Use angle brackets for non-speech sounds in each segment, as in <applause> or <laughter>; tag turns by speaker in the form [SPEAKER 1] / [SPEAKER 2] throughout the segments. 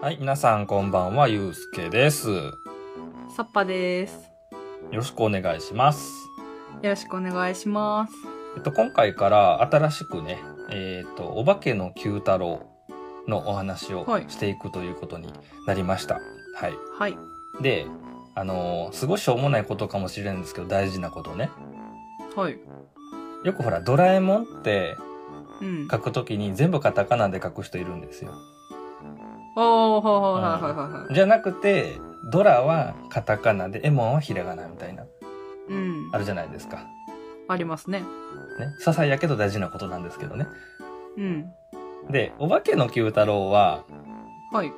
[SPEAKER 1] はい、皆さんこんばんは、ゆうすけです。よ
[SPEAKER 2] サッパです。
[SPEAKER 1] ろしくお願いします。
[SPEAKER 2] よろしくお願いします。
[SPEAKER 1] えっと、今回から新しくね、えっ、と、お化けの九太郎のお話を
[SPEAKER 2] はい
[SPEAKER 1] していくということになりました。はい。
[SPEAKER 2] はい。
[SPEAKER 1] で、あのーすごいしょうもないことかもしれないんですけど、大事なことね。
[SPEAKER 2] はい。
[SPEAKER 1] よくほら、ドラえもんって
[SPEAKER 2] うん。あ
[SPEAKER 1] 書くときに全部カタカナで書く人いるんですよ。
[SPEAKER 2] あー、はいはいはいはいはい。
[SPEAKER 1] じゃなくて、ドラはカタカナで、エモンはひらがなみたいな、
[SPEAKER 2] うん
[SPEAKER 1] あ。るじゃないですか。
[SPEAKER 2] ありますね。
[SPEAKER 1] ね。些細やけど大事なことなんですけどね。
[SPEAKER 2] うん。
[SPEAKER 1] で、お化けの九太郎は、
[SPEAKER 2] はい。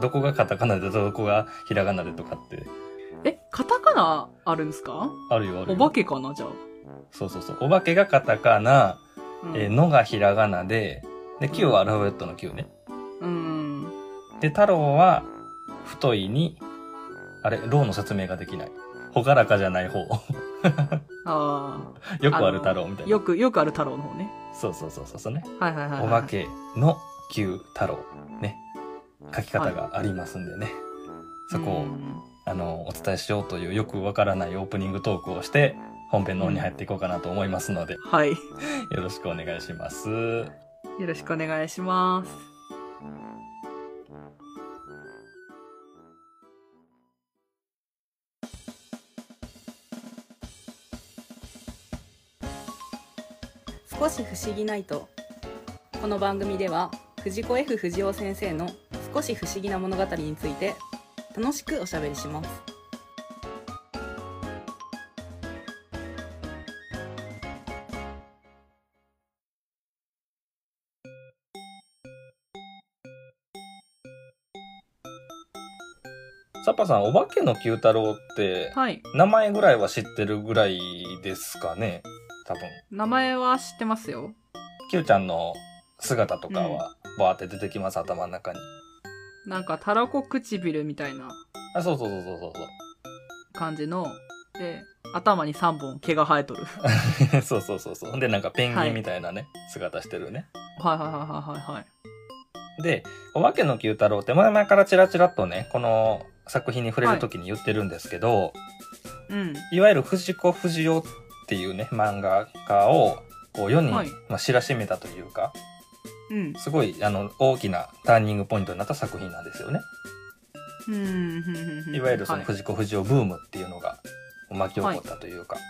[SPEAKER 1] どこがカタカナでどこがひらがなでとかって、
[SPEAKER 2] え、カタカナあるんですか
[SPEAKER 1] あるよ、ある
[SPEAKER 2] お
[SPEAKER 1] よ。
[SPEAKER 2] 化けかなじゃあ。
[SPEAKER 1] そうそうそう。お化けがカタカナ、
[SPEAKER 2] うん。
[SPEAKER 1] えーのがひらがなで、で、九はアルファベットの九ね。
[SPEAKER 2] うん。
[SPEAKER 1] で、太郎は、太いに、あれ、ろうの説明ができない。ほがらかじゃない方。 <laughs>
[SPEAKER 2] ああ。
[SPEAKER 1] よくある太郎みたいな
[SPEAKER 2] よ。く、よくある太郎の方ね。
[SPEAKER 1] そうそうそうそうそうね。
[SPEAKER 2] はいはいはい、はい。
[SPEAKER 1] お化。けの九太郎。ね。書き方がありますんでね。そこを、あの、お伝えしようというよくわからないオープニングトークをして、本編の方に入っていこうかなと思いますので、
[SPEAKER 2] はい。よ
[SPEAKER 1] よろしくお願いします。
[SPEAKER 2] ろしくお願いします。
[SPEAKER 3] 少し不思議ないとこの番組では藤子 F 不二雄先生の少し不思議な物語について楽しくおしゃべりします
[SPEAKER 1] サッパさん、お化けの九太郎って、
[SPEAKER 2] はい。
[SPEAKER 1] 名前ぐらいは知ってるぐらいですかね多分。
[SPEAKER 2] 名前は知ってますよ。
[SPEAKER 1] キューちゃんの姿とかは、バーって出てきます、頭の中に。
[SPEAKER 2] なんか、たらこ唇みたいな
[SPEAKER 1] あ、そうそうそうそう <laughs> そう
[SPEAKER 2] 感じの、で、頭に3本毛が生
[SPEAKER 3] <laughs>
[SPEAKER 2] えとる。はい
[SPEAKER 1] そう。そうそうそうそう。で、なんかペンギンみたいなね、姿してるね。
[SPEAKER 2] はいはいはいはいはい。
[SPEAKER 1] で、お化けの九太郎って前々からチラチラっとね、この作品に触れる時に言ってるんですけど、
[SPEAKER 2] うん。
[SPEAKER 1] いわゆる藤子不二雄っていうね、漫画家をこう世に、
[SPEAKER 2] はい
[SPEAKER 1] まあ、知らしめたというか、
[SPEAKER 2] うん。
[SPEAKER 1] すごいあの大きなターニングポイントになった作品なんですよね。い
[SPEAKER 2] い
[SPEAKER 1] わゆるその
[SPEAKER 2] はい
[SPEAKER 1] 藤子不二雄ブームっていうのが巻き起こったというか。
[SPEAKER 2] うん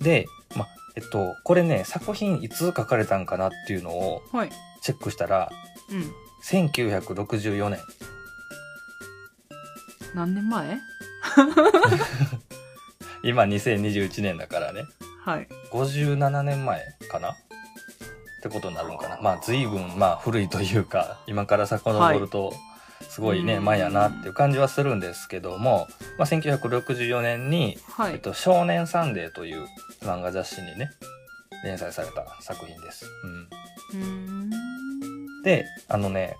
[SPEAKER 1] で、まあ、えっと、これね、作品いつ書かれたんかなっていうのを
[SPEAKER 2] はい
[SPEAKER 1] チェックしたら、
[SPEAKER 2] うん
[SPEAKER 1] 1964年。
[SPEAKER 2] 何年前
[SPEAKER 1] 今2021年だからね、
[SPEAKER 2] はい
[SPEAKER 1] 57年前かなってことになるのかな。まあ、随分、まあ、古いというか、今から遡ると、すごいね、
[SPEAKER 2] うん
[SPEAKER 1] 前やなっていう感じはするんですけども、まあ、1964年に、
[SPEAKER 2] は
[SPEAKER 1] えっ
[SPEAKER 2] い
[SPEAKER 1] と、少年サンデーという漫画雑誌にね、連載された作品です。
[SPEAKER 2] うーん
[SPEAKER 1] うん、で、あのね、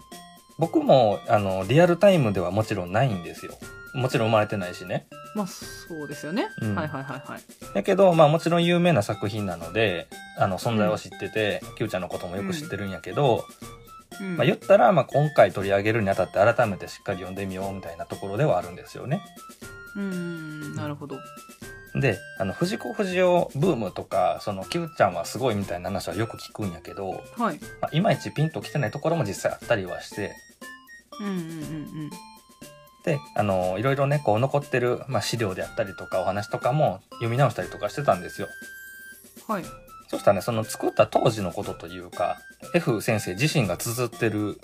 [SPEAKER 1] 僕も、あの、リアルタイムではもちろんないんですよ。もちろん生まれてないしね。
[SPEAKER 2] まあそうですよね、
[SPEAKER 1] うん
[SPEAKER 2] はいはいはいはい
[SPEAKER 1] だけど、まあもちろん有名な作品なので、あの、存在を知ってて、キューちゃんのこともよく知ってるんやけど、
[SPEAKER 2] うん
[SPEAKER 1] まあ言ったら、まあ今回取り上げるにあたって改めてしっかり読んでみようみたいなところではあるんですよね。
[SPEAKER 2] うーんなるほど
[SPEAKER 1] で、あの、藤子不二雄ブームとか、その、キューちゃんはすごいみたいな話はよく聞くんやけど、
[SPEAKER 2] はい
[SPEAKER 1] まあ、いまいちピンときてないところも実際あったりはして
[SPEAKER 2] うんうんうん
[SPEAKER 1] であのいろいろねこう残ってる、まあ、資料であったりとかお話とかも読み直したりとかしてたんですよ
[SPEAKER 2] うんはい
[SPEAKER 1] そしたらねその作った当時のことというか F 先生自身が綴ってる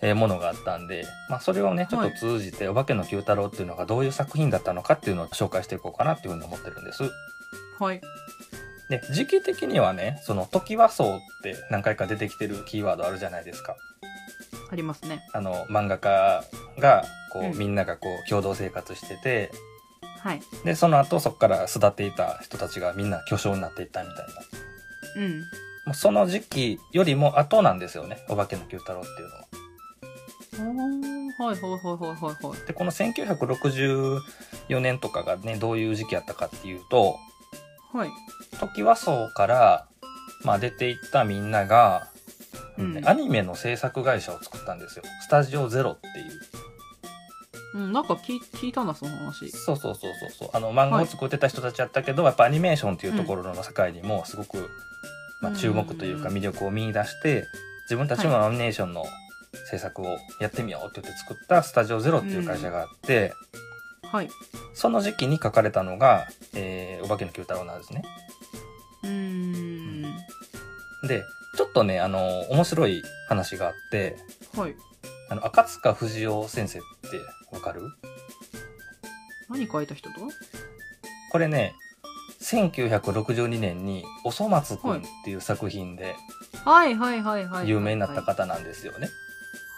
[SPEAKER 1] えーものがあったんで、まあ、それをねちょっと通じて「お化けの九太郎」っていうのがどういう作品だったのかっていうのを紹介していこうかなっていうふうに思ってるんです
[SPEAKER 2] はい
[SPEAKER 1] で時期的にはねその「時はそう」って何回か出てきてるキーワードあるじゃないですか
[SPEAKER 2] ありますね
[SPEAKER 1] あの漫画家がこう、
[SPEAKER 2] うん
[SPEAKER 1] みんながこう共同生活してて
[SPEAKER 2] はい
[SPEAKER 1] でその後そこから巣立っていた人たちがみんな巨匠になっていったみたいな
[SPEAKER 2] うん
[SPEAKER 1] もうその時期よりも後なんですよね「お化けの九太郎」っていうのは。
[SPEAKER 2] おーはいはいはいはいはい。
[SPEAKER 1] でこの1964年とかがねどういう時期やったかっていうと
[SPEAKER 2] はい。
[SPEAKER 1] 時和荘から、まあ、出ていったみんなが、
[SPEAKER 2] うん
[SPEAKER 1] アニメの制作会社を作ったんですよスタジオゼロっていう
[SPEAKER 2] うん、なんか聞い聞いたな、その話。
[SPEAKER 1] そうそうそうそうそうあの漫画を作ってた人たちやったけど、やっぱアニメーションっていうところの世界にもすごく、まあ、注目というか
[SPEAKER 2] うん
[SPEAKER 1] 魅力を見出して自分たちもアニメーションの制作をやってみようって言って作ったスタジオゼロっていう会社があって、
[SPEAKER 2] はい。
[SPEAKER 1] その時期に書かれたのが「えーお化けの九太郎」なんですね。
[SPEAKER 2] うーん。
[SPEAKER 1] でちょっとねあの面白い話があって
[SPEAKER 2] はい。
[SPEAKER 1] あの赤塚不二夫先生ってわかる
[SPEAKER 2] 何書いた人と
[SPEAKER 1] これね1962年に「おそ松くん」っていう作品で
[SPEAKER 2] はいはいはいはい。
[SPEAKER 1] 有名になった。方なんですよね。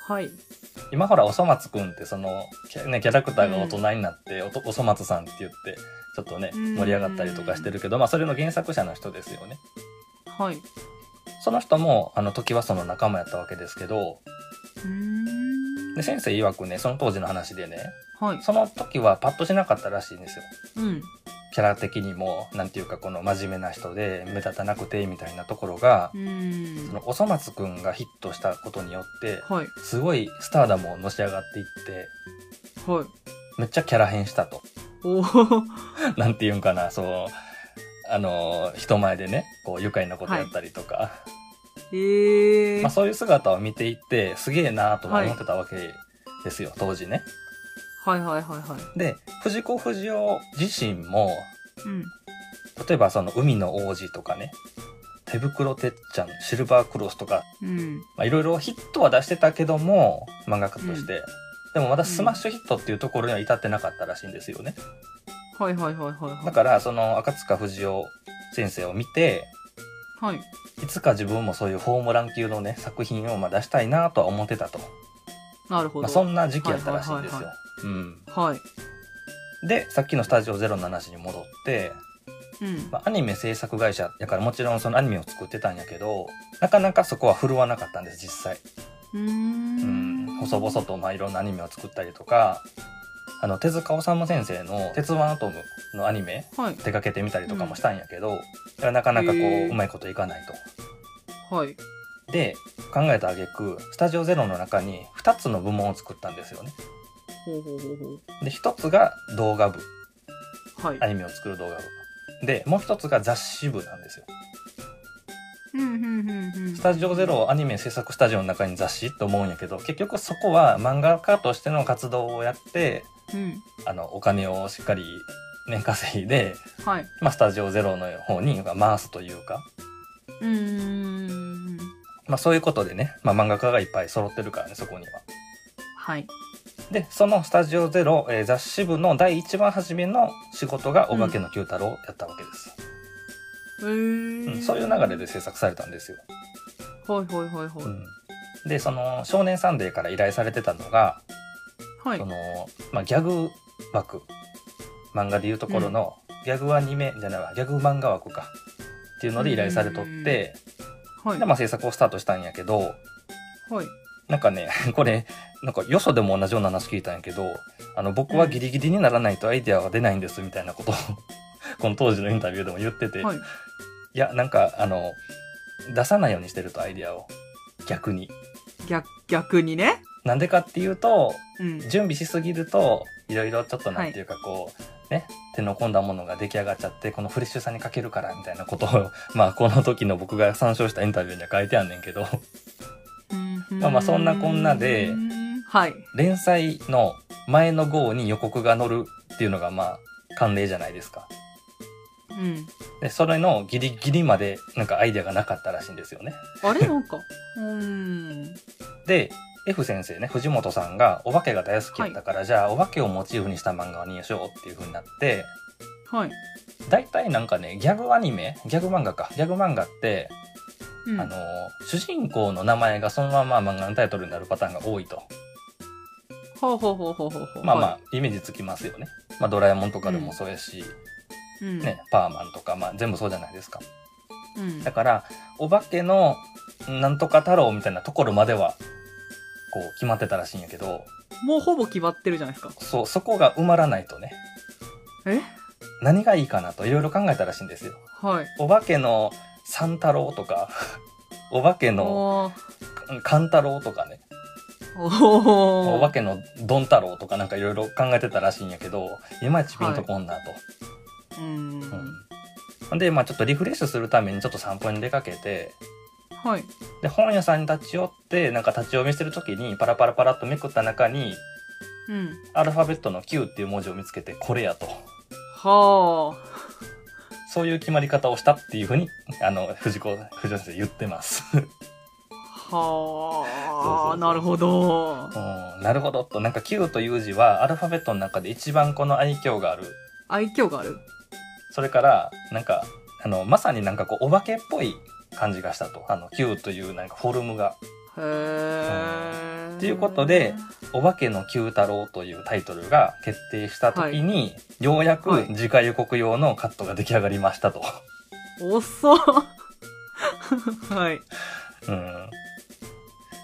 [SPEAKER 2] はい。
[SPEAKER 1] 今ほらおそ松くんってそのキャ,、ね、キャラクターが大人になって、おとおそ松さんって言ってちょっとね
[SPEAKER 2] うん
[SPEAKER 1] 盛り上がったりとかしてるけど、まあ、それの原作者の人ですよね。
[SPEAKER 2] はい。う
[SPEAKER 1] その人もあの時はその仲間やったわけですけど
[SPEAKER 2] ーん
[SPEAKER 1] で。先生曰くねその当時の話でね
[SPEAKER 2] はい。
[SPEAKER 1] その時はパッとしなかったらしいんですよ。
[SPEAKER 2] うん。
[SPEAKER 1] キャラ的にもなんていうかこの真面目な人で目立たなくてみたいなところが
[SPEAKER 2] う、ー
[SPEAKER 1] そ
[SPEAKER 2] ん。
[SPEAKER 1] のおそ松くんがヒットしたことによって
[SPEAKER 2] はい。
[SPEAKER 1] すごいスターダムをのし上がっていって
[SPEAKER 2] はい。
[SPEAKER 1] めっちゃキャラ変したと <laughs>
[SPEAKER 2] おお。
[SPEAKER 1] なんていうんかなそうあの人前でねこう愉快なことやったりとか、
[SPEAKER 2] <laughs> ええ
[SPEAKER 1] まあ、
[SPEAKER 2] ー。
[SPEAKER 1] そういう姿を見ていってすげえなとは思ってたわけですよ、当時ね。
[SPEAKER 2] はいはいはいはい。
[SPEAKER 1] で藤子不二雄自身も
[SPEAKER 2] うん。
[SPEAKER 1] 例えばその「海の王子」とかね「手袋てっちゃん」「シルバークロス」とか
[SPEAKER 2] うん。
[SPEAKER 1] まあいろいろヒットは出してたけども漫画家として、でもまだスマッシュヒットっていうところには至ってなかったらしいんですよね、
[SPEAKER 2] はいはいはいはいはい。
[SPEAKER 1] だからその赤塚不二夫先生を見て
[SPEAKER 2] はい。
[SPEAKER 1] いつか自分もそういうホームラン級のね作品をまあ出したいなとは思ってたと、
[SPEAKER 2] なるほ
[SPEAKER 1] ま
[SPEAKER 2] ど。
[SPEAKER 1] あ、そんな時期やったらしいんですよ、
[SPEAKER 2] はいは
[SPEAKER 1] うん、
[SPEAKER 2] はい。
[SPEAKER 1] でさっきの「スタジオゼロの話に戻って、
[SPEAKER 2] うん。
[SPEAKER 1] まあ、アニメ制作会社やからもちろんそのアニメを作ってたんやけどなかなかそこは振るわなかったんです実際
[SPEAKER 2] うー
[SPEAKER 1] うん
[SPEAKER 2] ん。
[SPEAKER 1] 細々とまあいろんなアニメを作ったりとかあの手塚治虫先生の「鉄腕アトム」のアニメ
[SPEAKER 2] はい。
[SPEAKER 1] 手掛けてみたりとかもしたんやけど、なかなかこ
[SPEAKER 2] へ
[SPEAKER 1] う
[SPEAKER 2] ー
[SPEAKER 1] うまいこといかない
[SPEAKER 2] はい。
[SPEAKER 1] と。で考えた挙句スタジオゼロの中に2つの部門を作ったんですよね。
[SPEAKER 2] ほうほうほうほ
[SPEAKER 1] で1つが動画部
[SPEAKER 2] う。はい
[SPEAKER 1] ア。ニメを作る動画部でもう1つが雑誌部なんですよ。
[SPEAKER 2] うんうんうんうん
[SPEAKER 1] ス。タジオゼロアニメ制作スタジオの中に雑誌と思うんやけど結局そこは漫画家としての活動をやって
[SPEAKER 2] うん。
[SPEAKER 1] あのお金をしっかり年稼いで、
[SPEAKER 2] はい。
[SPEAKER 1] まあ、スタジオゼロの方にまあ回すというか、
[SPEAKER 2] うーん。
[SPEAKER 1] まあ、そういうことでね、まあ、漫画家がいっぱい揃ってるからねそこには。
[SPEAKER 2] はい。
[SPEAKER 1] でそのスタジオゼロ、えー雑誌部の第一番初めの仕事が「お化けの九太郎」やったわけです、
[SPEAKER 2] え
[SPEAKER 1] うん
[SPEAKER 2] ー。
[SPEAKER 1] そういう流れで制作されたんですよ。
[SPEAKER 2] はいはいはいは
[SPEAKER 1] う
[SPEAKER 2] い。
[SPEAKER 1] んでその「少年サンデー」から依頼されてたのが、
[SPEAKER 2] はい
[SPEAKER 1] そ。のまあ、ギャグ枠漫画でいうところの、ギャグアニメじゃないわギャグ漫画枠かっていうので依頼されとって。
[SPEAKER 2] うんはい
[SPEAKER 1] で、。まあ、制作をスタートしたんやけど、
[SPEAKER 2] はい。
[SPEAKER 1] なんかね、 <laughs> これ、なんかよそでも同じような話聞いたんやけど、あの、僕はギリギリにならないとアイデアは出ないんですみたいなことを、 <laughs> この当時のインタビューでも言ってて、、
[SPEAKER 2] はいい。
[SPEAKER 1] や、なんか、あの、出さないようにしてるとアイデアを、逆に。
[SPEAKER 2] 逆、逆にね。
[SPEAKER 1] なんでかっていうと、
[SPEAKER 2] うん。
[SPEAKER 1] 準備しすぎると、いろいろちょっと
[SPEAKER 2] は
[SPEAKER 1] ないんていうかこう、ね、手の込んだものが出来上がっちゃって、このフレッシュさに欠けるから、みたいなことを、 <laughs> まあ、この時の僕が参照したインタビューには書いてあんねんけど、まあまあそんなこんなで
[SPEAKER 2] うーん。はい。
[SPEAKER 1] 連載の前の号に予告が載るっていうのがまあ慣例じゃないですか。
[SPEAKER 2] うん。
[SPEAKER 1] でそれのギリギリまでなんかアイデアがなかったらしいんですよね。
[SPEAKER 2] あれ <laughs> なんか。うーん。
[SPEAKER 1] で F 先生ね藤本さんがお化けが大好きだったから、じゃあお化けをモチーフにした漫画にしようっていう風になって
[SPEAKER 2] はい。
[SPEAKER 1] 大体なんかねギャグアニメギャグ漫画かギャグ漫画って、
[SPEAKER 2] うん。
[SPEAKER 1] あの主人公の名前がそのまま漫画のタイトルになるパターンが多いと
[SPEAKER 2] ほうほうほうほうほうほう。
[SPEAKER 1] まあま
[SPEAKER 2] は
[SPEAKER 1] あイメージつきますよね。まあ、ドラえもんとかでもそうやし、
[SPEAKER 2] い。うん。
[SPEAKER 1] ね、パーマンとか、まあ、全部そうじゃないですか。
[SPEAKER 2] うん。
[SPEAKER 1] だからお化けのなんとか太郎みたいなところまではこう決まってたらしいんやけど
[SPEAKER 2] もうほぼ決まってるじゃないですか。
[SPEAKER 1] そう、そこが埋まらないとね、
[SPEAKER 2] え
[SPEAKER 1] 何がいいかなといろいろ考えたらしいんですよ。
[SPEAKER 2] はい。
[SPEAKER 1] お化けの三太郎とか、 <laughs> お化けの
[SPEAKER 2] おー
[SPEAKER 1] 勘太郎とかね、お
[SPEAKER 2] お
[SPEAKER 1] 化
[SPEAKER 2] ー
[SPEAKER 1] けのドン太郎とかなんかいろいろ考えてたらしいんやけど、いまいちピンとこんなと。
[SPEAKER 2] う
[SPEAKER 1] うん
[SPEAKER 2] ん。
[SPEAKER 1] で、まあちょっとリフレッシュするためにちょっと散歩に出かけて、
[SPEAKER 2] はい。
[SPEAKER 1] で、本屋さんに立ち寄って、なんか立ち読みしてる時にパラパラパラっとめくった中に、
[SPEAKER 2] うん。
[SPEAKER 1] アルファベットの Q っていう文字を見つけて、これやと。
[SPEAKER 2] はあ。
[SPEAKER 1] そういう決まり方をしたっていうふうに、あの、藤子、藤子先生言ってます。そうそう
[SPEAKER 2] は
[SPEAKER 1] そ
[SPEAKER 2] あ。
[SPEAKER 1] う
[SPEAKER 2] なるほど。
[SPEAKER 1] うんなるほどと。なんか Q という字はアルファベットの中で一番この愛嬌がある。
[SPEAKER 2] 愛嬌がある。
[SPEAKER 1] それから、なんか、あの、まさになんかこう、お化けっぽい感じがしたと。あの、Q というなんかフォルムが。
[SPEAKER 2] へえ。
[SPEAKER 1] ということで、お化けの Q 太郎というタイトルが決定した時に、ようや
[SPEAKER 2] は
[SPEAKER 1] く
[SPEAKER 2] い
[SPEAKER 1] 次回予告用のカットが出来上がりましたと。 <laughs>
[SPEAKER 2] 遅っ <laughs> はい。
[SPEAKER 1] うん。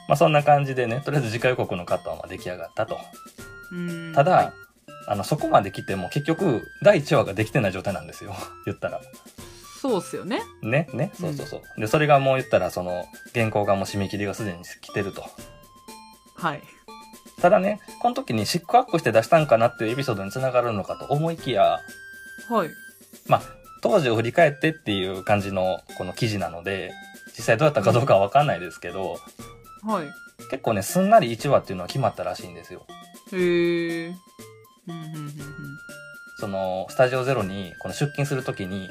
[SPEAKER 1] まあそんな感じでね、とりあえず次回予告のカットはまあ出来上がったと。
[SPEAKER 2] うん
[SPEAKER 1] ただ、
[SPEAKER 2] はい
[SPEAKER 1] あの、そこまで来ても結局、第1話ができてない状態なんですよ。言ったら。
[SPEAKER 2] そうっすよね。
[SPEAKER 1] ね、ね、そうそうそう。で、それがもう言ったら、その、原稿がもう締め切りがすでに来てると。
[SPEAKER 2] はい。
[SPEAKER 1] ただね、この時にシックアップして出したんかなっていうエピソードに繋がるのかと思いきや、
[SPEAKER 2] はい。
[SPEAKER 1] まあ、当時を振り返ってっていう感じのこの記事なので、実際どうやったかどうかはわかんないですけど、
[SPEAKER 2] はい。
[SPEAKER 1] 結構ね、すんなり1話っていうのは決まったらしいんですよ。
[SPEAKER 2] へえ。うんうんうん
[SPEAKER 1] その、スタジオゼロに、この出勤する時に、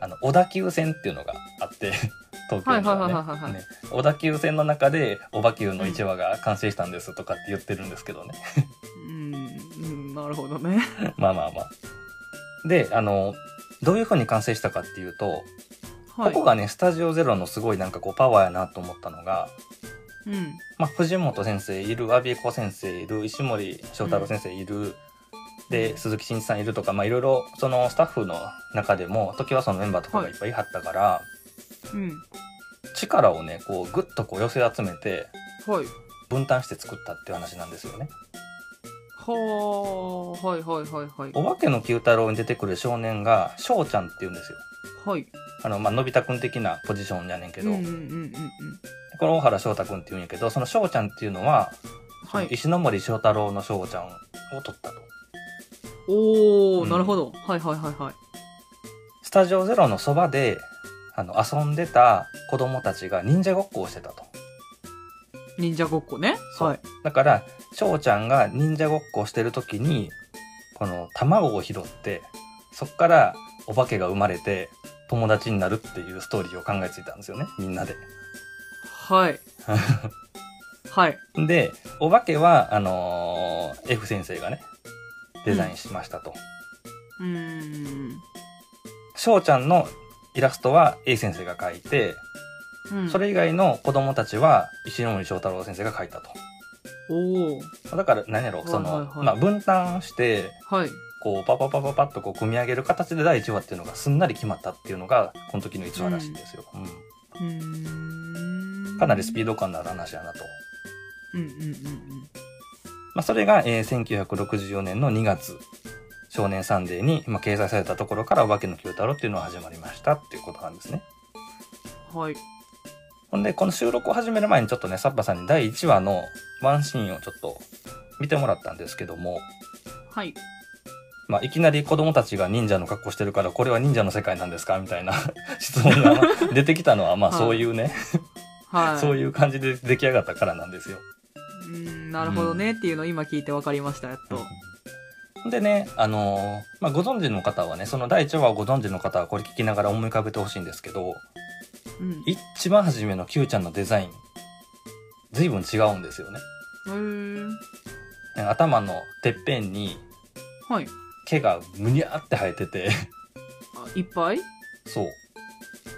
[SPEAKER 1] あの、小田急線っていうのがあって、 <laughs> 東京
[SPEAKER 2] はいはいはい
[SPEAKER 1] の
[SPEAKER 2] はいはい
[SPEAKER 1] ねね、小田急線の中で、小田急の1話が完成したんですとかって言ってるんですけどね。 <laughs>
[SPEAKER 2] うんうんうん。なるほどね。
[SPEAKER 1] まあまあまあ。で、あの、どういう風に完成したかっていうと、
[SPEAKER 2] はい。
[SPEAKER 1] ここがね、スタジオゼロのすごいなんかこうパワーやなと思ったのが、
[SPEAKER 2] うん。
[SPEAKER 1] まあ、藤本先生いる、阿部恵子先生いる、石森章太郎先生いる、で、鈴木真一さんいるとか、まあいろいろそのスタッフの中でも、時はそのメンバーとかがいっぱいいはったから、
[SPEAKER 2] うん。
[SPEAKER 1] 力をね、こうグッとこう寄せ集めて、
[SPEAKER 2] はい。
[SPEAKER 1] 分担して作ったっていう話なんですよね。
[SPEAKER 2] はあ。はいはいはいはい。
[SPEAKER 1] お化けの九太郎に出てくる少年が、翔ちゃんって言うんですよ。
[SPEAKER 2] はい。
[SPEAKER 1] あの、まあ、のび太くん的なポジションやねんけ
[SPEAKER 2] うん
[SPEAKER 1] ど、
[SPEAKER 2] うんうんうんうん。
[SPEAKER 1] この大原翔太くんって言うんやけど、その翔ちゃんっていうのは、そ
[SPEAKER 2] は
[SPEAKER 1] の
[SPEAKER 2] い。
[SPEAKER 1] 石ノ森章太郎の翔ちゃんを取ったと。
[SPEAKER 2] おお、
[SPEAKER 1] うん
[SPEAKER 2] なるほど。はいはいはいはい。
[SPEAKER 1] スタジオゼロのそばで、あの、遊んでた子供たちが忍者ごっこをしてたと。
[SPEAKER 2] 忍者ごっこね。
[SPEAKER 1] そう
[SPEAKER 2] はい。
[SPEAKER 1] だから、翔ちゃんが忍者ごっこをしてる時に、この卵を拾って、そっからお化けが生まれて友達になるっていうストーリーを考えついたんですよね、みんなで。 <laughs>
[SPEAKER 2] はい。はい。
[SPEAKER 1] で、お化けは、あのー F 先生がね、デザインしましたと。
[SPEAKER 2] うーん。
[SPEAKER 1] 翔ちゃんのイラストは A 先生が描いて、
[SPEAKER 2] うん
[SPEAKER 1] それ以外の子供たちは石森章太郎先生が描いたと。
[SPEAKER 2] おお。
[SPEAKER 1] だから何やろその、
[SPEAKER 2] はいはいはい
[SPEAKER 1] まあ、分担して
[SPEAKER 2] はい。
[SPEAKER 1] こうパパパパパッとこう組み上げる形で第1話っていうのがすんなり決まったっていうのがこの時の1話らしいんですよ、うん
[SPEAKER 2] うーん。
[SPEAKER 1] かなりスピ
[SPEAKER 2] ー
[SPEAKER 1] ード感のある話やなと、
[SPEAKER 2] ド。うんうんうん
[SPEAKER 1] まあ、それが、えー1964年の2月「少年サンデーに」まあ、掲載されたところから「お化けの九太郎」っていうのが始まりましたっていうことなんですね
[SPEAKER 2] うん。はい。
[SPEAKER 1] ほんでこの収録を始める前にちょっとねサッパさんに第1話のワンシーンをちょっと見てもらったんですけども、
[SPEAKER 2] はい。
[SPEAKER 1] まあ、いきなり子供たちが忍者の格好してるから、これは忍者の世界なんですかみたいな <laughs> 質問が出てきたのは、まあ
[SPEAKER 2] はい
[SPEAKER 1] そういうね、
[SPEAKER 2] はい。
[SPEAKER 1] そういう感じで出来上がったからなんですよ。
[SPEAKER 2] うーんなるほどねっていうのを今聞いて分かりましたやっと、
[SPEAKER 1] でね、あのーまあご存知の方はね、その第1話をご存知の方はこれ聞きながら思い浮かべてほしいんですけど、
[SPEAKER 2] うん、へ
[SPEAKER 1] 一番初めの Q ちゃんのデザイン、随分違うんですよね。
[SPEAKER 2] ー
[SPEAKER 1] 頭のてっぺんに
[SPEAKER 2] はい
[SPEAKER 1] 毛がむにゃーって生えてて、
[SPEAKER 2] あいっぱい
[SPEAKER 1] そう。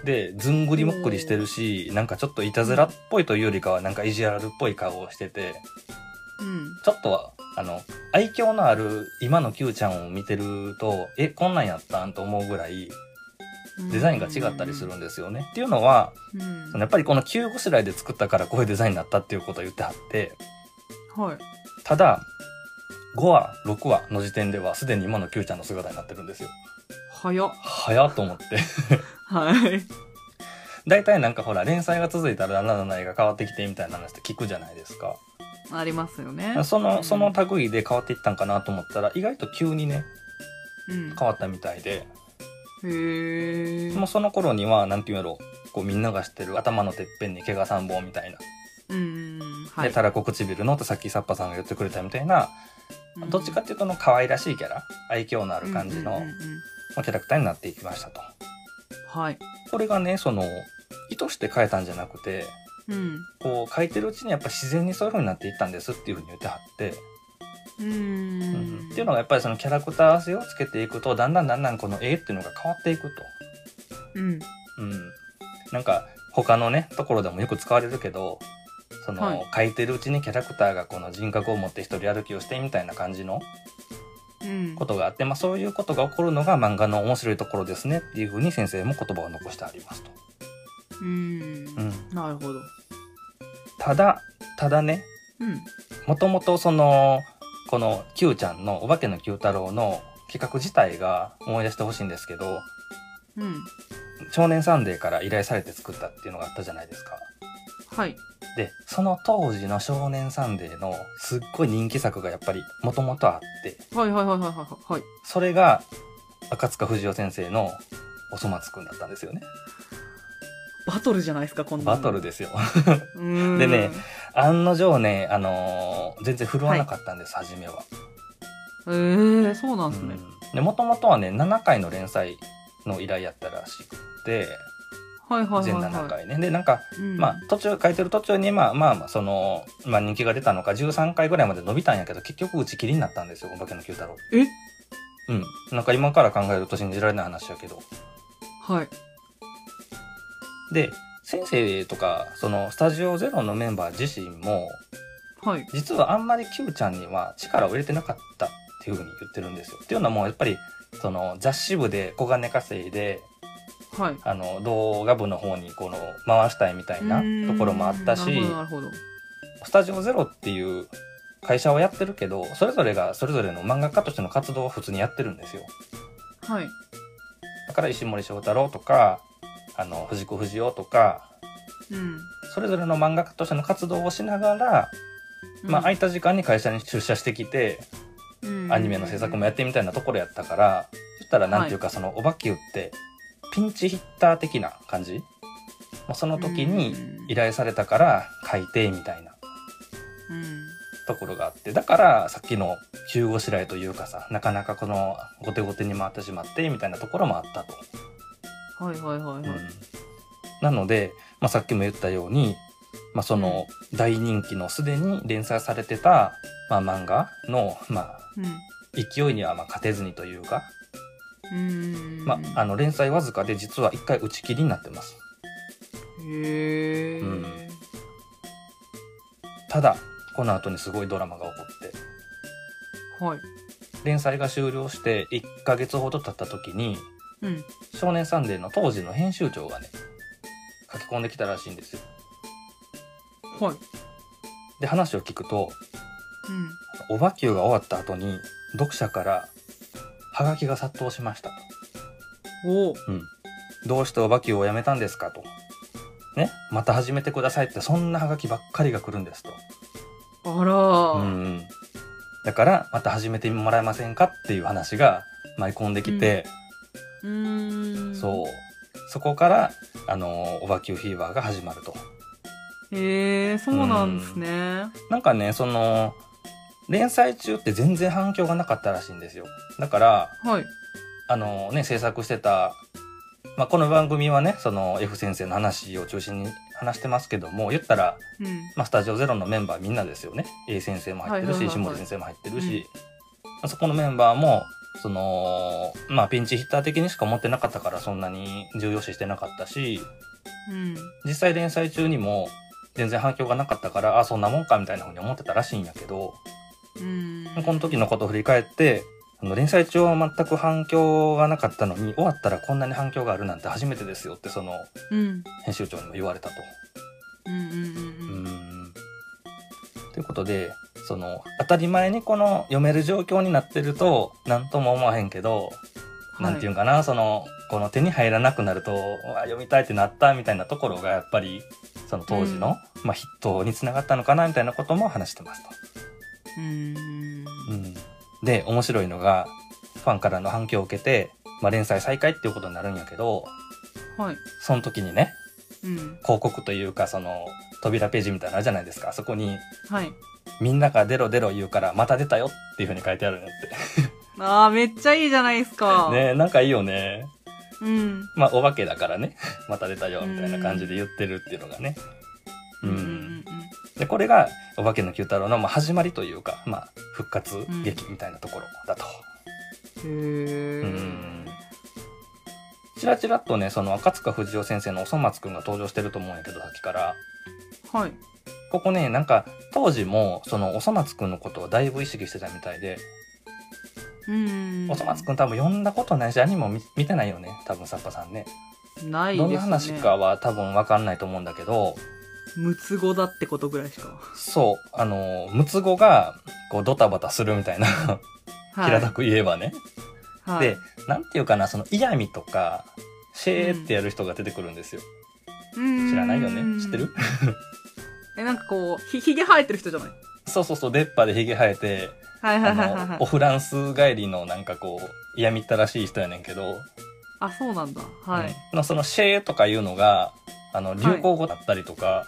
[SPEAKER 1] で、ずんぐりむっくりしてるし、なんかちょっといたずらっぽいというよりかは、なんか意地悪っぽい顔をしてて、
[SPEAKER 2] うん
[SPEAKER 1] ちょっとは、あの、愛嬌のある今の Q ちゃんを見てると、え、こんなんやったんと思うぐらい、デザインが違ったりするんですよね。っていうのは、
[SPEAKER 2] うん、
[SPEAKER 1] そのやっぱりこの9個次第で作ったからこういうデザインになったっていうことを言ってはって、
[SPEAKER 2] はい
[SPEAKER 1] ただ、 5話6話の時点ではすでに今の Q ちゃんの姿になってるんですよ
[SPEAKER 2] 早っ。
[SPEAKER 1] 早っと思って
[SPEAKER 2] はい。 <laughs>
[SPEAKER 1] 大体なんかほら連載が続いたら何々が変わってきてみたいな話って聞くじゃないですか
[SPEAKER 2] ありますよね。
[SPEAKER 1] そのそうの
[SPEAKER 2] ん
[SPEAKER 1] 類で変わっていったんかなと思ったら意外と急にね変わったみたいで
[SPEAKER 2] うん。へえ。
[SPEAKER 1] もうその頃には何て言うんやろこうみんなが知ってる頭のてっぺんに毛が3本みたいな、
[SPEAKER 2] うん。は
[SPEAKER 1] でたらこ唇のってさっきサッパさんが言ってくれたみたいなどっちかっていうとの可愛らしいキャラ愛嬌のある感じの
[SPEAKER 2] うんうんうんうん
[SPEAKER 1] まあキャラクターになっていきましたと。
[SPEAKER 2] はい。
[SPEAKER 1] これがねその意図して変えたんじゃなくて
[SPEAKER 2] うん。
[SPEAKER 1] こう書いてるうちにやっぱ自然にそういう風になっていったんですっていう風に言ってはって、う
[SPEAKER 2] う
[SPEAKER 1] ん
[SPEAKER 2] ん。
[SPEAKER 1] っていうのがやっぱりそのキャラクター性をつけていくとだんだんだんだんこの絵っていうのが変わっていくと。
[SPEAKER 2] うん。
[SPEAKER 1] うん、なんか他のねところでもよく使われるけどその、
[SPEAKER 2] はい
[SPEAKER 1] 書いてるうちにキャラクターがこの人格を持って一人歩きをしてみたいな感じの
[SPEAKER 2] うん。
[SPEAKER 1] ことがあって、まあ、そういうことが起こるのが漫画の面白いところですねっていうふうに先生も言葉を残してありますと。
[SPEAKER 2] うん。
[SPEAKER 1] うん、
[SPEAKER 2] なるほど。
[SPEAKER 1] ただただね
[SPEAKER 2] うん。
[SPEAKER 1] もともとそのこの Q ちゃんの「お化けの Q 太郎」の企画自体が思い出してほしいんですけど
[SPEAKER 2] うん。
[SPEAKER 1] 「少年サンデー」から依頼されて作ったっていうのがあったじゃないですか。
[SPEAKER 2] はい。
[SPEAKER 1] でその当時の「少年サンデー」のすっごい人気作がやっぱりもともとあって
[SPEAKER 2] はいはいはいはいはいはい。
[SPEAKER 1] それが赤塚不二夫先生の「おそ松くん」だったんですよね
[SPEAKER 2] バトルじゃないですか、こんな
[SPEAKER 1] バ
[SPEAKER 2] の
[SPEAKER 1] トル。ですよ <laughs>
[SPEAKER 2] うん
[SPEAKER 1] でね。案の定ね、あのー全然振るわなかったんです、初めは
[SPEAKER 2] ええー、そうなんですね。
[SPEAKER 1] もともとはね7回の連載の依頼やったらしくて
[SPEAKER 2] はいはい
[SPEAKER 1] 全
[SPEAKER 2] はい
[SPEAKER 1] 7
[SPEAKER 2] は
[SPEAKER 1] 回ねでなんか
[SPEAKER 2] い。うん
[SPEAKER 1] まあ途中書いてる途中にまあまあまあその、まあ、人気が出たのか13回ぐらいまで伸びたんやけど結局打ち切りになったんですよ「お化けの Q 太郎」
[SPEAKER 2] え
[SPEAKER 1] うん。なんか今から考えると信じられない話やけど。
[SPEAKER 2] はい。
[SPEAKER 1] で、先生とか、その、スタジオゼロのメンバー自身も、
[SPEAKER 2] はい。
[SPEAKER 1] 実はあんまり Q ちゃんには力を入れてなかったっていうふうに言ってるんですよ。っていうのはもうやっぱり、その、雑誌部で小金稼いで、
[SPEAKER 2] はい。
[SPEAKER 1] あの、動画部の方にこの、回したいみたいなところもあった
[SPEAKER 2] う
[SPEAKER 1] し
[SPEAKER 2] ーん、なるほどなる
[SPEAKER 1] スタジオゼロっていう会社をやってるけど、それぞれがそれぞれの漫画家としての活動を普通にやってるんですよ。
[SPEAKER 2] ほど。はい。
[SPEAKER 1] だから石森章太郎とか、あの、藤子不二雄とか、
[SPEAKER 2] うん。
[SPEAKER 1] それぞれの漫画家としての活動をしながら、まあ、空いた時間に会社に出社してきて、
[SPEAKER 2] うん
[SPEAKER 1] アニメの制作もやってみたいなところやったから言ったらなんていうか、そのお化けってピンチヒッター的な感じ、まあ、その時に依頼されたから書いてみたいな
[SPEAKER 2] うん
[SPEAKER 1] ところがあってだからさっきの急ごしらえというかさなかなかこの後手後手に回ってしまってみたいなところもあったと。
[SPEAKER 2] はいはいはいはい。
[SPEAKER 1] なので、まあ、さっきも言ったように、まあ、その大人気のすでに連載されてた、まあ、漫画の、まあ、
[SPEAKER 2] う
[SPEAKER 1] 勢いにはまあ勝てずにというか、
[SPEAKER 2] ん。
[SPEAKER 1] まあ、あ
[SPEAKER 2] の。
[SPEAKER 1] の連載わずかで実は一回打ち切りになってます
[SPEAKER 2] へえ。
[SPEAKER 1] うんただこの後にすごいドラマが起こって
[SPEAKER 2] はい。
[SPEAKER 1] 連載が終了して1ヶ月ほど経った時に
[SPEAKER 2] うん。
[SPEAKER 1] 「少年サンデー」の当時の編集長がね書き込んできたらしいんですよ
[SPEAKER 2] はい。
[SPEAKER 1] で話を聞くと
[SPEAKER 2] うん。
[SPEAKER 1] 「おばきゅう」が終わった後に読者からハガキが殺到しましたと
[SPEAKER 2] おお。
[SPEAKER 1] どうしておばきゅうをやめたんですかと。ね、また始めてくださいってそんなハガキばっかりが来るんですと。
[SPEAKER 2] あら
[SPEAKER 1] うん
[SPEAKER 2] ー。
[SPEAKER 1] うん、だからまた始めてもらえませんかっていう話が舞い込んできて、
[SPEAKER 2] うーん。
[SPEAKER 1] そうそこからあのオバキューフィーバーが始まると
[SPEAKER 2] う。へえ、そうなんですね。
[SPEAKER 1] なんかねその連載中って全然反響がなかったらしいんですよだから
[SPEAKER 2] はい。
[SPEAKER 1] あのね制作してた、まあ、この番組はねその F 先生の話を中心に話してますけども言ったら、
[SPEAKER 2] うん。
[SPEAKER 1] まあ、スタジオゼロのメンバーみんなですよね A 先生も入ってる
[SPEAKER 2] はい
[SPEAKER 1] し
[SPEAKER 2] はいはい
[SPEAKER 1] 石
[SPEAKER 2] はい
[SPEAKER 1] 森先生も入ってるし、そこのメンバーもそのまあピンチヒッター的にしか持ってなかったからそんなに重要視してなかったし
[SPEAKER 2] うん。
[SPEAKER 1] 実際連載中にも全然反響がなかったからあそんなもんかみたいなふうに思ってたらしいんやけど
[SPEAKER 2] うん。
[SPEAKER 1] この時のことを振り返ってあの連載中は全く反響がなかったのに終わったらこんなに反響があるなんて初めてですよってその
[SPEAKER 2] うん。
[SPEAKER 1] 編集長にも言われたと。
[SPEAKER 2] うんうんうん
[SPEAKER 1] う
[SPEAKER 2] うん
[SPEAKER 1] んということでその当たり前にこの読める状況になってると何とも思わへんけど
[SPEAKER 2] は
[SPEAKER 1] なんていうんかなそのこの手に入らなくなるとうわ読みたいってなったみたいなところがやっぱりその当時の、まあ、ヒットにつながったのかなみたいなことも話してますと。
[SPEAKER 2] うーん
[SPEAKER 1] うん、で面白いのがファンからの反響を受けて、まあ、連載再開っていうことになるんやけど
[SPEAKER 2] はい
[SPEAKER 1] その時にね
[SPEAKER 2] うん
[SPEAKER 1] 広告というかその扉ページみたいなのあるじゃないですかそこに
[SPEAKER 2] はい
[SPEAKER 1] 「みんなが出ろ出ろ言うからまた出たよ」っていうふうに書いてあるんやって
[SPEAKER 2] あーめっちゃいいじゃないですか
[SPEAKER 1] ねえなんかいいよね
[SPEAKER 2] うん
[SPEAKER 1] まあお化けだからねまた出たよみたいな感じで言ってるっていうのがねう、
[SPEAKER 2] うんんうん
[SPEAKER 1] でこれが「お化けの九太郎」のまあ始まりというか、まあ、復活劇みたいなところだと。
[SPEAKER 2] うんへ
[SPEAKER 1] うん
[SPEAKER 2] え
[SPEAKER 1] ちらちらっとねその赤塚不二夫先生のおそ松くんが登場してると思うんやけどさっきから
[SPEAKER 2] はい
[SPEAKER 1] ここねなんか当時もそのおそ松くんのことをだいぶ意識してたみたいで、
[SPEAKER 2] うん
[SPEAKER 1] おそ松くん多分読んだことないしアニメも見見てないよね多分サッパさんね
[SPEAKER 2] ないです
[SPEAKER 1] ど
[SPEAKER 2] ね
[SPEAKER 1] んな話かは多分分かんないと思うんだけど
[SPEAKER 2] ムツゴだってことぐらいしか
[SPEAKER 1] そうあのムツゴがこうドタバタするみたいな平たく言えばね、
[SPEAKER 2] はい
[SPEAKER 1] でなんていうかなその嫌味とかシェーってやる人が出てくるんですよ、知
[SPEAKER 2] 知
[SPEAKER 1] らないよね知ってる
[SPEAKER 2] えなんかこうひひげ生えてる人じゃない
[SPEAKER 1] そうそうそう出っ歯でひげ生え
[SPEAKER 2] <laughs>
[SPEAKER 1] て
[SPEAKER 2] はいはいはいはい
[SPEAKER 1] あ
[SPEAKER 2] は
[SPEAKER 1] の
[SPEAKER 2] い
[SPEAKER 1] おフランス帰りのなんかこう嫌みったらしい人やねんけど、
[SPEAKER 2] あそうなんだ、はい
[SPEAKER 1] うんのその「シェー」とかいうのがあの流行語だったりとか、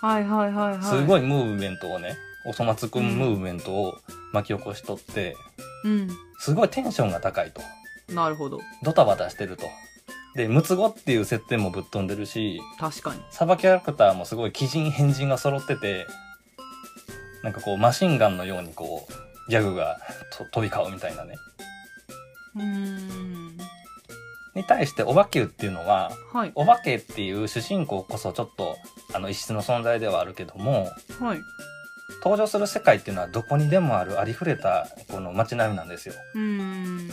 [SPEAKER 2] はいはいはいはい
[SPEAKER 1] すご
[SPEAKER 2] い
[SPEAKER 1] いムーブメントをねおそ松くんムーブメントを巻き起こしとって、
[SPEAKER 2] うん
[SPEAKER 1] すごいテンションが高いと
[SPEAKER 2] なるほど
[SPEAKER 1] ドタバタしてると。でムツゴっていう設定もぶっ飛んでるし
[SPEAKER 2] 確かに
[SPEAKER 1] サバキャラクターもすごい鬼人変人が揃っててなんかこうマシンガンのようにこうギャグがと飛び交うみたいなね
[SPEAKER 2] うーん
[SPEAKER 1] に対しておばきゅうっていうのは
[SPEAKER 2] はい
[SPEAKER 1] お化けっていう主人公こそちょっとあの異質の存在ではあるけども
[SPEAKER 2] はい
[SPEAKER 1] 登場する世界っていうのはどこにでもあるありふれたこの街並みなんですよ
[SPEAKER 2] うーん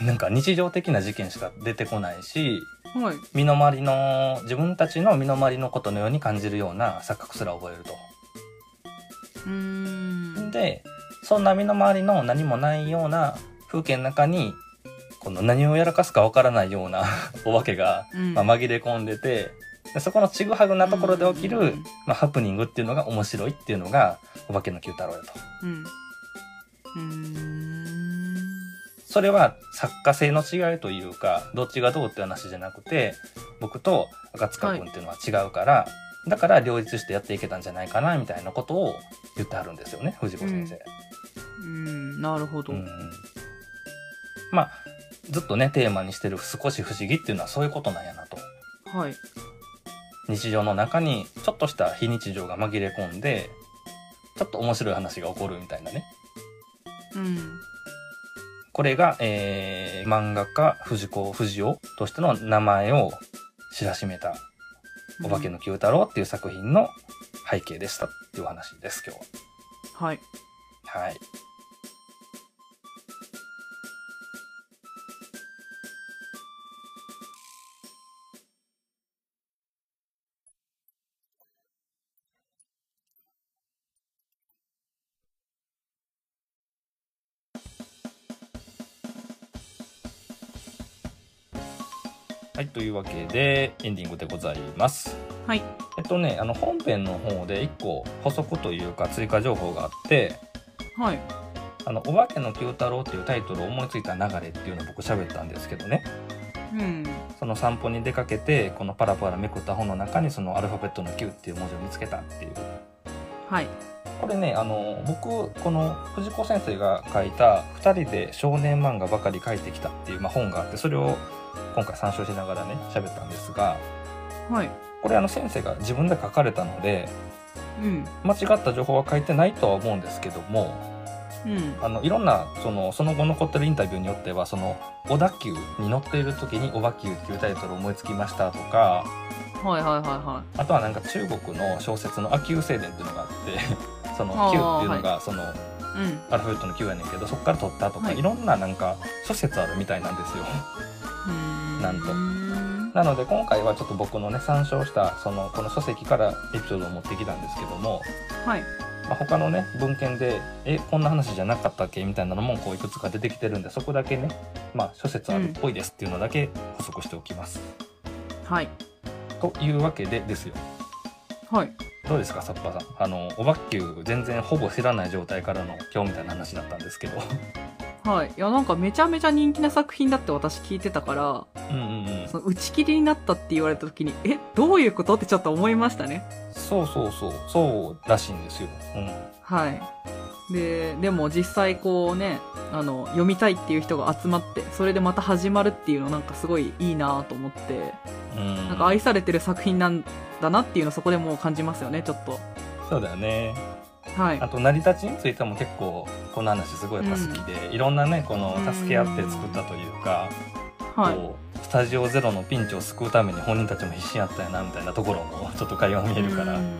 [SPEAKER 1] なんか日常的な事件しか出てこないし
[SPEAKER 2] はい
[SPEAKER 1] 身の回りの自分たちの身の回りのことのように感じるような錯覚すら覚える
[SPEAKER 2] うーん
[SPEAKER 1] とでそんな身の回りの何もないような風景の中にこの何をやらかすかわからないような <laughs> お化けが、
[SPEAKER 2] うん
[SPEAKER 1] まあ、紛れ込んでてでそこのちぐはぐなところで起きる、
[SPEAKER 2] うん
[SPEAKER 1] まあ、ハプニングっていうのが面白いっていうのが「お化けの九太郎」やと。
[SPEAKER 2] うんうーん
[SPEAKER 1] それは作家性の違いというかどっちがどうって話じゃなくて僕と赤塚君っていうのは違うから、だから両立してやっていけたんじゃないかなみたいなことを言ってはるんですよね藤子先生。
[SPEAKER 2] うんなるほど、
[SPEAKER 1] うんまあずっとねテーマにしてる「少し不思議」っていうのはそういうことなんやなと。
[SPEAKER 2] はい
[SPEAKER 1] 日常の中にちょっとした非日常が紛れ込んでちょっと面白い話が起こるみたいなね。
[SPEAKER 2] うん
[SPEAKER 1] これが、えー漫画家藤子不二雄としての名前を知らしめた「お化けの九太郎」っていう作品の背景でしたっていうお話です今日
[SPEAKER 2] はい
[SPEAKER 1] は。はい、はい、というわけでエンディングでございます。
[SPEAKER 2] はい
[SPEAKER 1] えっとねあの本編の方で1個補足というか追加情報があって
[SPEAKER 2] はい
[SPEAKER 1] 「あのお化けの九太郎」っていうタイトルを思いついた流れっていうのを僕喋ったんですけどね
[SPEAKER 2] うん
[SPEAKER 1] その散歩に出かけてこのパラパラめくった本の中にそのアルファベットの9っていう文字を見つけたっていう
[SPEAKER 2] はい
[SPEAKER 1] これねあの僕この藤子先生が書いた「2人で少年漫画ばかり書いてきた」っていう、まあ、本があってそれを今回参照しながらね喋ったんですが
[SPEAKER 2] はい
[SPEAKER 1] これあの先生が自分で書かれたので
[SPEAKER 2] うん
[SPEAKER 1] 間違った情報は書いてないとは思うんですけども
[SPEAKER 2] うん
[SPEAKER 1] あのいろんなそのその後残ってるインタビューによってはその「小田急」に乗っている時に「小田急」っていうタイトルを思いつきましたとか
[SPEAKER 2] はいはいはいは
[SPEAKER 1] あとはなんか中国の小説の「秋雨静電」っていうのがあってその「
[SPEAKER 2] あー
[SPEAKER 1] 九っていうのがその
[SPEAKER 2] いうん
[SPEAKER 1] アルファベットの「九やねんけどそこから取ったとか、、
[SPEAKER 2] はいい
[SPEAKER 1] ろんななんか諸説あるみたいなんですよ。 <laughs>
[SPEAKER 2] うーん
[SPEAKER 1] なんと
[SPEAKER 2] と
[SPEAKER 1] なので今回はちょっと僕のね参照したそのこの書籍からエピソードを持ってきたんですけども
[SPEAKER 2] はい。
[SPEAKER 1] まあ、他のね文献で「えこんな話じゃなかったっけ?」みたいなのもこういくつか出てきてるんでそこだけね、まあ、諸説あるっぽいですっていうのだけ補足しておきます。
[SPEAKER 2] はい。
[SPEAKER 1] というわけでですよ
[SPEAKER 2] はい。
[SPEAKER 1] どうですかサッパーさんあのおばっきゅう全然ほぼ知らない状態からの今日みたいな話だったんです
[SPEAKER 2] <laughs>
[SPEAKER 1] けど
[SPEAKER 2] はい。いや、なんかめちゃめちゃ人気な作品だって私聞いてたから、
[SPEAKER 1] うんうんうん
[SPEAKER 2] その打ち切りになったって言われた時に、え、どういうことってちょっと思いましたね。
[SPEAKER 1] そうそうそうそうらしいんですよ。うん
[SPEAKER 2] はい。で、でも実際こうね、あの、読みたいっていう人が集まって、それでまた始まるっていうのなんかすごいいいなと思って、
[SPEAKER 1] うん、
[SPEAKER 2] なんか愛されてる作品なんだなっていうのそこでもう感じますよね、ちょっと。
[SPEAKER 1] そうだよね
[SPEAKER 2] はい
[SPEAKER 1] あ。と成り立ちについても結構この話すごいやっぱ好きで、いろんなねこの助け合って作ったというか、
[SPEAKER 2] はい。
[SPEAKER 1] こうスタジオゼロのピンチを救うために本人たちも必死やったよなみたいなところも <laughs> ちょっと会話見えるから、
[SPEAKER 2] うん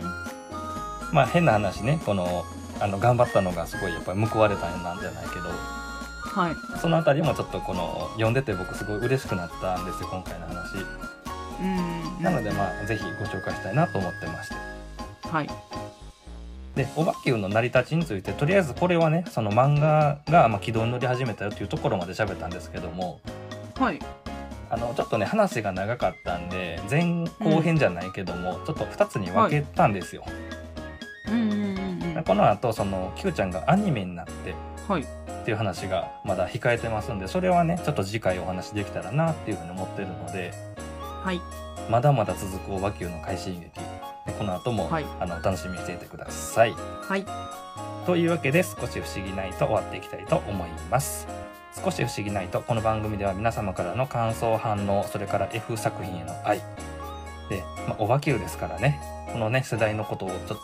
[SPEAKER 1] まあ変な話ねこのあの頑張ったのがすごいやっぱり報われたんなんじゃないけど
[SPEAKER 2] はい。
[SPEAKER 1] そのあたりもちょっとこの読んでて僕すごい嬉しくなったんですよ今回の話、
[SPEAKER 2] うん
[SPEAKER 1] なのでまあぜひご紹介したいなと思ってまして
[SPEAKER 2] はい。
[SPEAKER 1] でおばきゅうの成り立ちについてとりあえずこれはねその漫画がまあ軌道に乗り始めたよっていうところまで喋ったんですけども
[SPEAKER 2] はい。
[SPEAKER 1] あのちょっとね話が長かったんで前後編じゃないけども、ちょっと2つに分けたんですよ。
[SPEAKER 2] うんうんうんうん。
[SPEAKER 1] この後その Q ちゃんがアニメになって
[SPEAKER 2] はい。
[SPEAKER 1] っていう話がまだ控えてますんでそれはねちょっと次回お話できたらなっていうふうに思ってるので
[SPEAKER 2] はい。
[SPEAKER 1] まだまだ続くおばきゅうの快進撃でこの後も、
[SPEAKER 2] はい
[SPEAKER 1] あのお楽しみにしていてください。
[SPEAKER 2] はい。
[SPEAKER 1] というわけで少し不思議ないと終わっていきたいと思います少し不思議ないとこの番組では皆様からの感想反応それから F 作品への愛で、まあ、おばきゅうですからねこのね世代のことをちょっと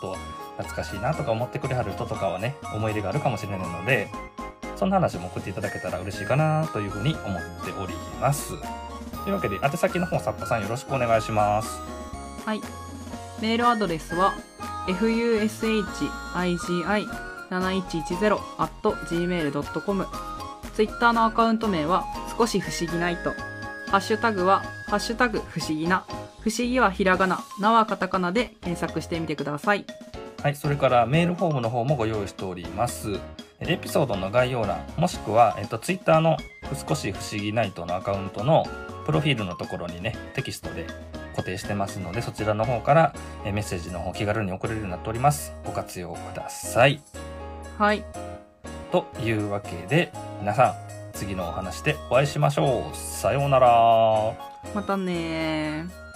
[SPEAKER 1] 懐かしいなとか思ってくれはる人とかはね思い入れがあるかもしれないのでそんな話も送っていただけたら嬉しいかなというふうに思っておりますというわけで宛先の方さっぱさんよろしくお願いします
[SPEAKER 2] はい。メールアドレスは fushigi7110@gmail.com。ツイッターのアカウント名は少し不思議ないと。ハッシュタグはハッシュタグ不思議な。不思議はひらがな、なはカタカナで検索してみてください。
[SPEAKER 1] はい、それからメールフォームの方もご用意しております。エピソードの概要欄もしくは、えっと、Twitter の「少し不思議ナイト」のアカウントのプロフィールのところにねテキストで固定してますのでそちらの方からえメッセージの方気軽に送れるようになっております。ご活用ください。
[SPEAKER 2] はい。
[SPEAKER 1] というわけで皆さん次のお話でお会いしましょう。さようなら。
[SPEAKER 2] またねー。